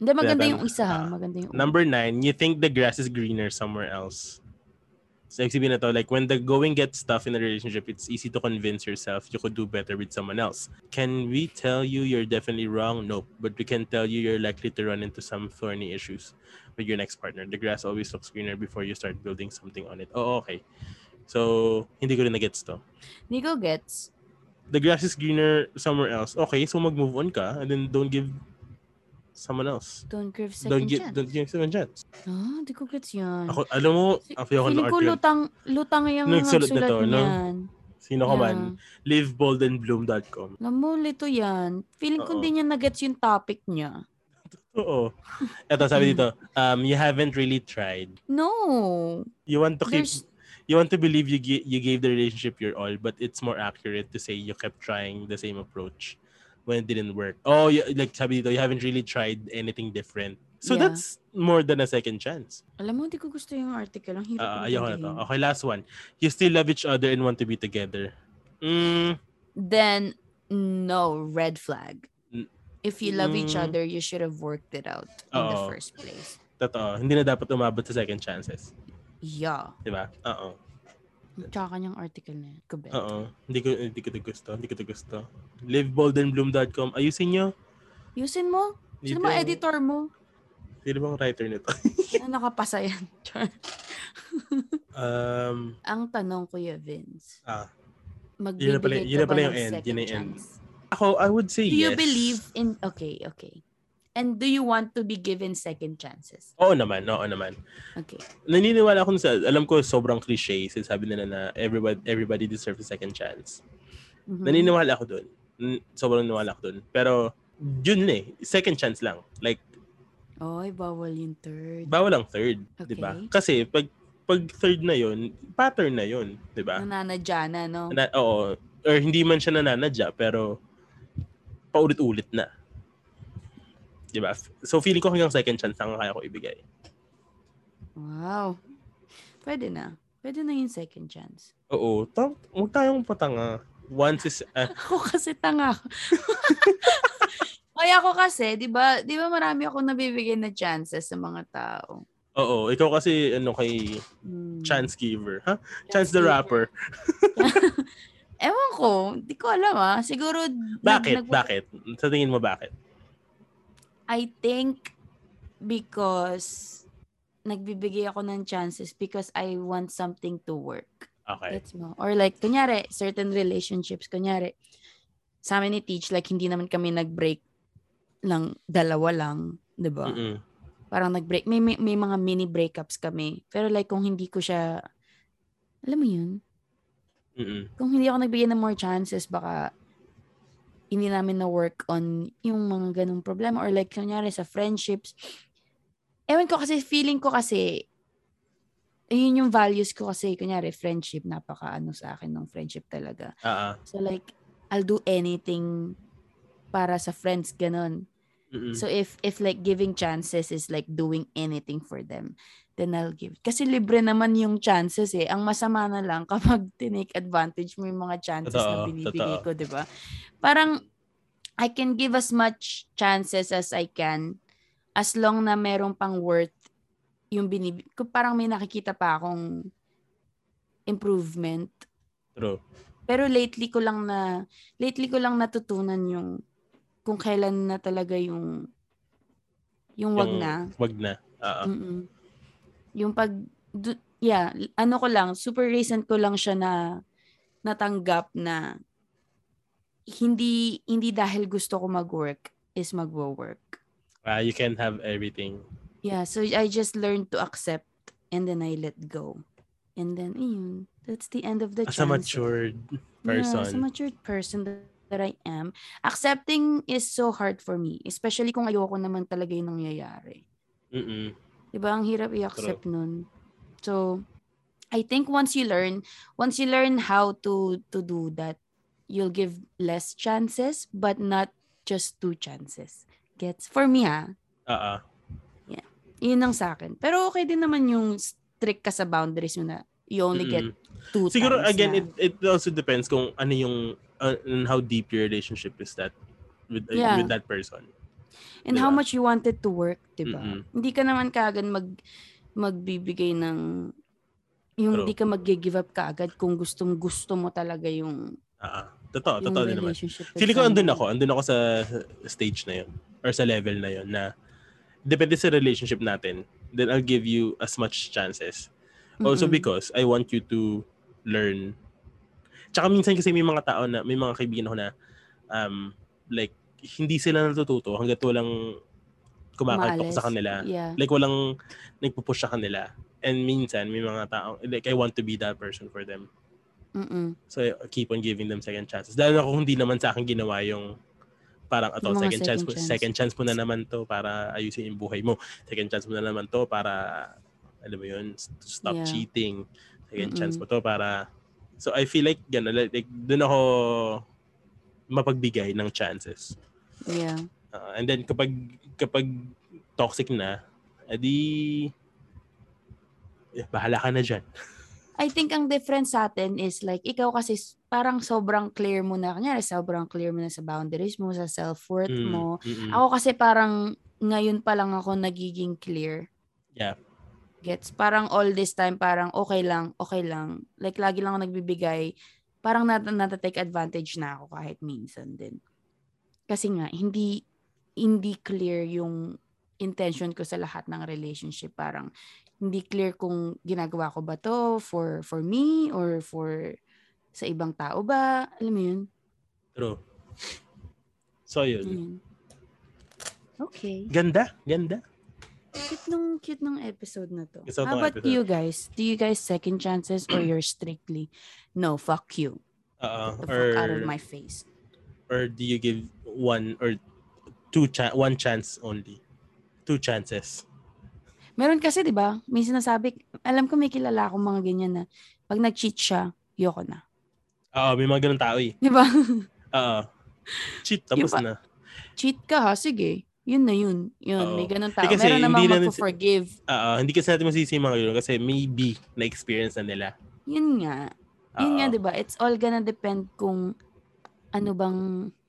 Hindi, maganda Kaya yung isa ha. ah, Maganda yung Number nine, you think the grass is greener somewhere else. So, ibig sabihin na to, like, when the going gets tough in a relationship, it's easy to convince yourself you could do better with someone else. Can we tell you you're definitely wrong? Nope. But we can tell you you're likely to run into some thorny issues with your next partner. The grass always looks greener before you start building something on it. Oh, okay. So, hindi ko rin na-gets to. Nico gets. The grass is greener somewhere else. Okay, so mag-move on ka and then don't give someone else. Don't give second don't give, chance. don't give someone chance. Ah, di ko gets yun. Ako, alam mo, Si- ako yung Feeling ko article. lutang, lutang yung Nagsulat nagsulat na to, no? niyan. Sino ka man, Yeah. liveboldandbloom.com. Alam mo, lito yan. Feeling ko Oo. hindi niya nagets yung topic niya. Oo. Ito, sabi dito, um, you haven't really tried. No. You want to keep, There's, you want to believe you, gi- you gave the relationship your all, but it's more accurate to say you kept trying the same approach when it didn't work. Oh, you, like sabi dito, you haven't really tried anything different. So Yeah. that's more than a second chance. alam mo, hindi ko gusto yung article. Ang hirap. Uh, ng ayoko na to. tindihin. Okay, last one. You still love each other and want to be together. Mm, Then, no, red flag. Mm. If you love each Mm. other, you should have worked it out in the Oo. first place. totoo. Hindi na dapat umabot sa second chances. Yeah. Diba? Oo. Tsaka yung article na yun. Kabit. Oo. Hindi ko, hindi ko to gusto. Hindi ko to gusto. Liveboldenbloom.com. Ayusin nyo. Yusin mo. Sino ba editor mo? Sino bang writer nito? Sino nakapasa yan? Char. um, Ang tanong, Kuya Vince. Ah. Magbibigay pala- ka yun na ba pala ng yung end, yun second na yung end. chance? ako, I would say Do yes. you believe in... Okay, okay. And do you want to be given second chances? Oo naman. Oo naman. Okay. Naniniwala ako sa, alam ko sobrang cliche. Sinasabi nila na everybody, everybody deserves a second chance. Mhm. Naniniwala ako dun. N- Sobrang naniniwala ako dun. Pero, yun na eh. Second chance lang. Like, Oy, bawal yung third. bawal ang third. Okay. Diba? Kasi, pag pag third na yon pattern na yon di ba? Nananadya na, no? Na, oo. Or hindi man siya nananadya, pero paulit-ulit na. Di ba? So, feeling ko hanggang second chance lang kaya ko ibigay. Wow. Pwede na. Pwede na yung second chance. Oo. Tam- huwag tayong patanga. Once is... ah, Ako kasi tanga. Kaya ako kasi, di ba, di ba marami ako nabibigyan na chances sa mga tao. oo. Ikaw kasi, ano, kay Mm. chance giver. Ha? Chance the giver. rapper. Ewan ko, di ko alam ah. Siguro, nag- Bakit? nag- Bakit? Sa tingin mo, bakit? I think because nagbibigay ako ng chances because I want something to work. Okay. Gets mo? Or like, kunyari, certain relationships, kunyari, sa amin ni Teach, like, hindi naman kami nag-break ng dalawa lang, di ba? Mm-mm. Parang nag-break. May, may, may mga mini breakups kami. Pero like, kung hindi ko siya, alam mo yun, Mm-mm. kung hindi ako nagbigay ng more chances, baka hindi namin na work on yung mga ganung problema or like kunyari sa friendships. Ewan ko kasi feeling ko kasi ayun yung values ko kasi kunyari friendship napaka ano sa akin ng friendship talaga. Ah, ah. So like I'll do anything para sa friends ganun. Mm-mm. So if if like giving chances is like doing anything for them, then I'll give. Kasi libre naman yung chances eh. Ang masama na lang kapag tinake advantage mo yung mga chances na Totoo, binibigay totoo. ko, 'di ba? Parang I can give as much chances as I can as long na merong pang worth yung binib kung parang may nakikita pa akong improvement. True. Pero lately ko lang na lately ko lang natutunan yung kung kailan na talaga yung yung wag Yung- na. Wag na. Ah, ah. Mm-mm. Yung pag du- yeah, l- ano ko lang, super recent ko lang siya na natanggap na hindi hindi dahil gusto ko mag-work is magwo-work. Ah, you can have everything. Yeah, so I just learned to accept and then I let go. And then, ayun, that's the end of the As a chance. matured Yeah, as a person. matured person that, that I am, accepting is so hard for me. Especially kung ayoko naman talaga yung nangyayari. Mm-mm. Diba? Ang hirap i-accept nun. So, I think once you learn, once you learn how to to do that, you'll give less chances, but not just two chances. Gets? For me ha, Ah, ah. yun ang sa akin. Pero okay din naman yung strict ka sa boundaries mo na you only get Mm-mm. two Siguro times again na. it it also depends kung ano yung uh, and how deep your relationship is that with uh, Yeah. with that person. And Diba? how much you wanted to work, di ba? Mm-mm. Hindi ka naman kaagad mag, magbibigay ng, yung True. hindi ka mag-give up kaagad kung gustong gusto mo talaga yung, Ah, ah. totoo, yung totoo din naman. relationship. with Feeling ko someone. andun ako, andun ako sa stage na yun or sa level na yun na depende sa relationship natin, then I'll give you as much chances. Also Mm-mm. because I want you to learn. Tsaka minsan kasi may mga tao na, may mga kaibigan ako na um, like, hindi sila natututo hanggat walang kumakalpak Maalis. sa kanila. Yeah. Mm-hmm. Like, walang nagpupush sa kanila. And minsan, may mga tao, like, I want to be that person for them. Mm-mm. So, I keep on giving them second chances. Dahil ako, hindi naman sa akin ginawa yung parang ato, Yung mga second, chance, second mo, chance. second chance mo na naman to para ayusin yung buhay mo. Second chance mo na naman to para, alam mo yun, s- to stop Yeah. cheating. Mm-mm. Second chance mo to para, so I feel like, gano'n, like, like, dun ako mapagbigay ng chances. Yeah. Ah, and then kapag kapag toxic na, edi eh, bahala ka na diyan. I think ang difference sa atin is like, ikaw kasi s- parang sobrang clear mo na, kanyari sobrang clear mo na sa boundaries mo, sa self-worth Mm, mo. Ako kasi parang ngayon pa lang ako nagiging clear. Yeah. Gets? Parang all this time, parang okay lang, okay lang. Like, lagi lang ako nagbibigay. Parang nat- natatake advantage na ako kahit minsan din. Kasi nga, hindi, hindi clear yung intention ko sa lahat ng relationship. Parang, hindi clear kung ginagawa ko ba to for, for me or for sa ibang tao ba. Alam mo yun? True. So yun. Ayun. Okay. Ganda, ganda. Cute nung, cute nung episode na to. Gusto ko How tong about episode. you guys? Do you guys second chances or you're strictly, no, fuck you. Oo. The Uh, Or fuck out of my face. or do you give one or two cha- one chance only? Two chances. Meron kasi, di ba? May sinasabi, alam ko may kilala akong mga ganyan na pag nag-cheat siya, yoko na. Oo, may mga ganun tao eh. Di ba? Oo. Cheat, tapos Yung na. cheat ka ha, sige. Yun na yun. Yun, Oo. may ganun tao. Eh, kasi Meron hindi namang namin- magpo-forgive. Oo, Ah, hindi kasi natin masisi yung mga ganun kasi maybe na-experience na nila. Yun nga. Yun Oo. nga, di ba? It's all gonna depend kung ano bang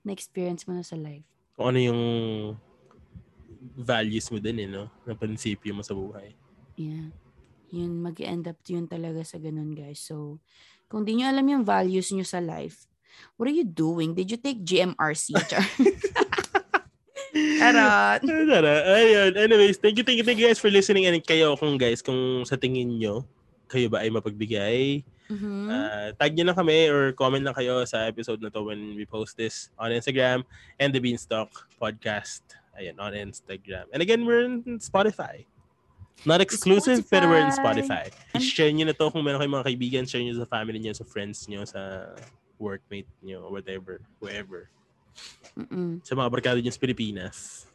na-experience mo na sa life. Kung ano yung values mo din eh, no? Ng prinsipyo mo sa buhay. Yeah. Yun, mag end up yun talaga sa ganun, guys. So, kung di nyo alam yung values nyo sa life, what are you doing? Did you take GMRC? Char? Charot. Tara. Ayun. Anyways, thank you, thank you, thank you guys for listening. And kayo kung guys, kung sa tingin nyo, kayo ba ay mapagbigay? Mhm. Ah, tag nyo lang kami or comment lang kayo sa episode na to when we post this on Instagram and the Beanstalk podcast. Ayun, on Instagram. And again, we're in Spotify. Not exclusive, pero we're in Spotify. Spotify. I-share nyo na to kung meron kayong mga kaibigan. Share nyo sa family nyo, sa friends nyo, sa workmate nyo, whatever, wherever. Mm-mm. Sa mga barkada nyo sa Pilipinas.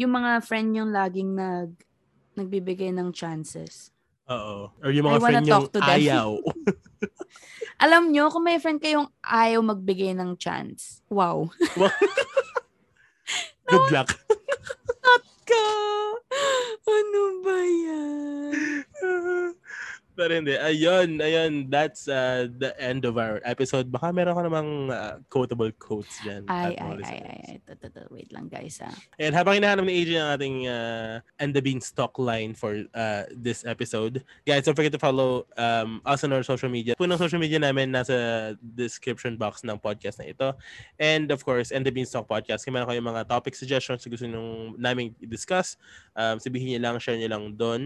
Yung mga friend yung laging nag nagbibigay ng chances. Oo. Or yung I mga wanna friend yung talk to them. ayaw. Alam nyo, kung may friend kayong ayaw magbigay ng chance, wow. Good luck. Ka! Ano ba yan? Pero hindi. Ayun, ayun. That's uh, the end of our episode. Baka meron ka namang uh, quotable quotes dyan. Ay, ay, at mga ay, listeners. ay, ay. To, to, to. Wait lang, guys, ah. And habang hinahanap ni AJ ang ating uh, And the Beanstalk line for uh, this episode, guys, don't forget to follow um, us on our social media. Punang social media namin nasa description box ng podcast na ito. And of course, And the Beanstalk Podcast. Kung meron kayong mga topic suggestions na gusto nyo namin i-discuss, um, sabihin nyo lang, share nyo lang doon.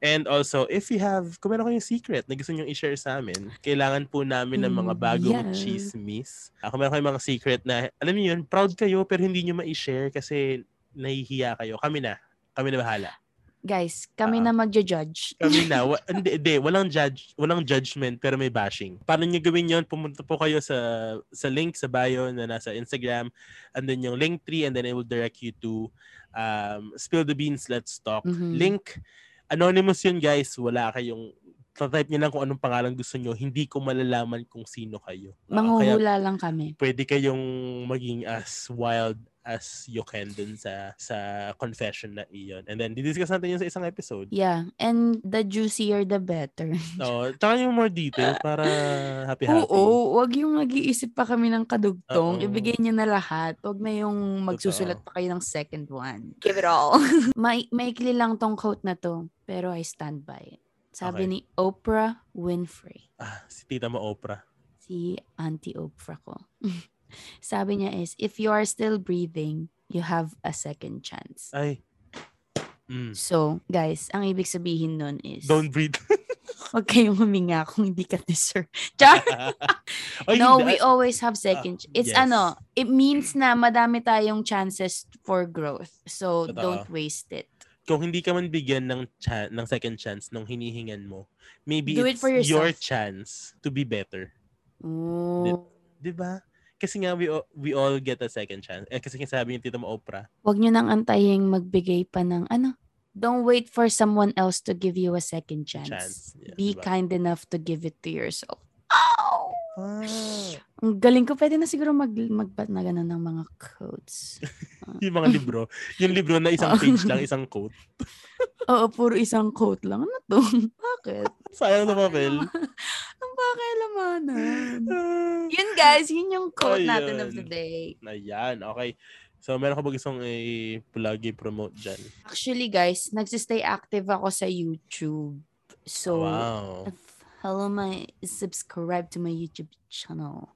And also, if you have, kung meron kayong secret na gusto nyo i-share sa amin, kailangan po namin ng mga Mm, bagong yeah. chismis. Uh, kung meron kayong mga secret na, alam niyo yun, proud kayo pero hindi nyo ma-share kasi nahihiya kayo. Kami na. Kami na bahala. Guys, kami Ah. na magja-judge. Kami na. Wa- Hindi, hindi. Walang, judge, walang judgment pero may bashing. Paano nyo gawin yon Pumunta po kayo sa sa link sa bio na nasa Instagram. And then yung link tree and then it will direct you to um, Spill the Beans, Let's Talk. Mhm. Link. Anonymous yun guys. Wala kayong type nyo lang kung anong pangalan gusto nyo. Hindi ko malalaman kung sino kayo. Ah, kaya Manghuhula lang kami. pwede kayong maging as wild as you can dun sa sa confession na iyon. And then, didiscuss natin yun sa isang episode. Yeah, and the juicier the better. No, tsaka yung more detail para happy-happy. Oo, wag yung mag-iisip pa kami ng kadugtong. Oo. Ibigay niyo na lahat. Wag na yung magsusulat Totoo. pa kayo ng second one. Give it all. May maikli lang tong quote na to, pero I stand by it. Sabi Okay. ni Oprah Winfrey, Ah, si Tita Mo Oprah. si Auntie Oprah ko. Sabi niya is, if you are still breathing, you have a second chance. Ay. Mm. So, guys, ang ibig sabihin nun is, Don't breathe. Huwag kayong huminga kung hindi ka deserve. Char! Ay, no, we hindi. always have second. Ah, It's yes. ano, it means na madami tayong chances for growth. So, Totoo. don't waste it. Kung hindi ka man bigyan ng, chan- ng second chance nung hinihingan mo, maybe Do it it's for yourself. your chance to be better. Ooh. Di ba? Kasi nga, we, all- we all get a second chance. Eh, kasi nga sabi ni Tita Mo Oprah, Huwag nyo nang antaying magbigay pa ng ano. Don't wait for someone else to give you a second chance. chance. Yeah, Be diba? kind enough to give it to yourself. Ow! Ah. Ang galing ko. Pwede na siguro mag, magbat na ganun ng mga quotes. yung mga libro. Yung libro na Oh. isang page lang, isang quote. Oo, puro isang quote lang. Ano to? Bakit? Sayang na papel. Ang pakialamanan. Ah. yun guys, yun yung quote Ayun. natin of the day. Ayan, okay. So, meron ka ba gusto i-plug, i-promote dyan? Actually guys, nagsistay active ako sa YouTube. So, Oh, wow. follow my, subscribe to my YouTube channel.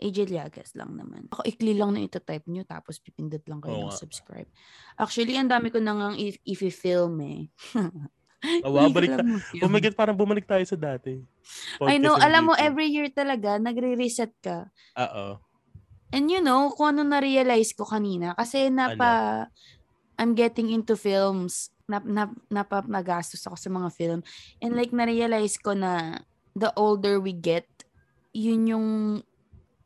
AJ Liagas lang naman. Ako, ikli lang na ito-type nyo, tapos pipindot lang kayo ng Oo nga. subscribe. Actually, ang dami ko na ngang if- if-film eh. wow, Hindi ko balik alam mo yun. Oh my God, parang bumalik tayo sa dati. I know, Podcast and alam mo, YouTube. Ah, oh. every year talaga, nagre-reset ka. Oo. And you know, kung ano na-realize ko kanina, kasi napa, I'm getting into films, nap, nap, napa, nagastos ako sa mga film. And like, na-realize ko na the older we get, yun yung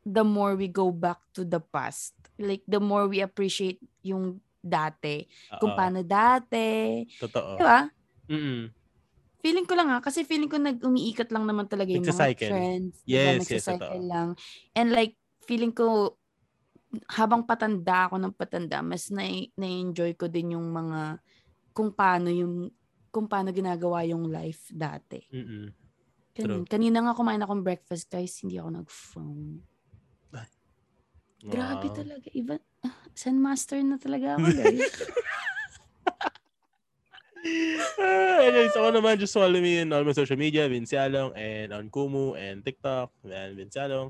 the more we go back to the past. Like, the more we appreciate yung dati. Kung Diba? Oo. paano dati. Ah, Totoo. Di ba? Mm-mm. Feeling ko lang ha, kasi feeling ko nag-umiikot lang naman talaga yung mga Nagsacycle. friends. Yes, yes, nagsacycle totoo. lang. And like, feeling ko, habang patanda ako ng patanda, mas na- na-enjoy ko din yung mga, kung paano yung, kung paano ginagawa yung life dati. Mm-mm. Ganun. Kanina nga kumain akong breakfast, guys. Hindi ako nag-phone. Grabe Wow. talaga. Iba, ah, Zen master na talaga ako, guys. Ah, Anyways, ako naman, just follow me on all my social media, Vince Along, and on Kumu, and TikTok, and Vince Along.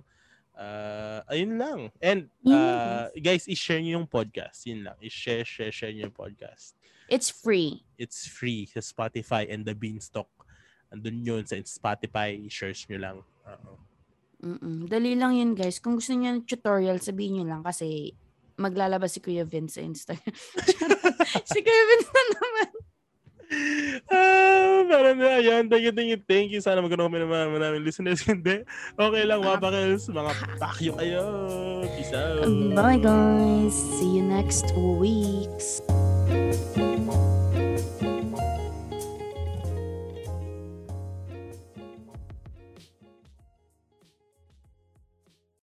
Uh, ayun lang. And, uh, guys, i-share nyo yung podcast. Yun lang. I-share, share, share nyo yung podcast. It's free. It's free sa Spotify and the Beanstalk. Andun yun sa Spotify. I-search nyo lang. Oo. Mm-mm. Dali lang yun, guys. Kung gusto niyo ng tutorial, sabihin niyo lang kasi maglalabas si Kuya Vince sa Instagram. si Kuya Vince na naman. Ah, parang na, ayan. Thank you, thank you, thank you. Sana magkaroon kami ng mga maraming listeners. Hindi. Okay lang, wapakils. Mga pakyo kayo. Peace out. Bye, guys. See you next weeks.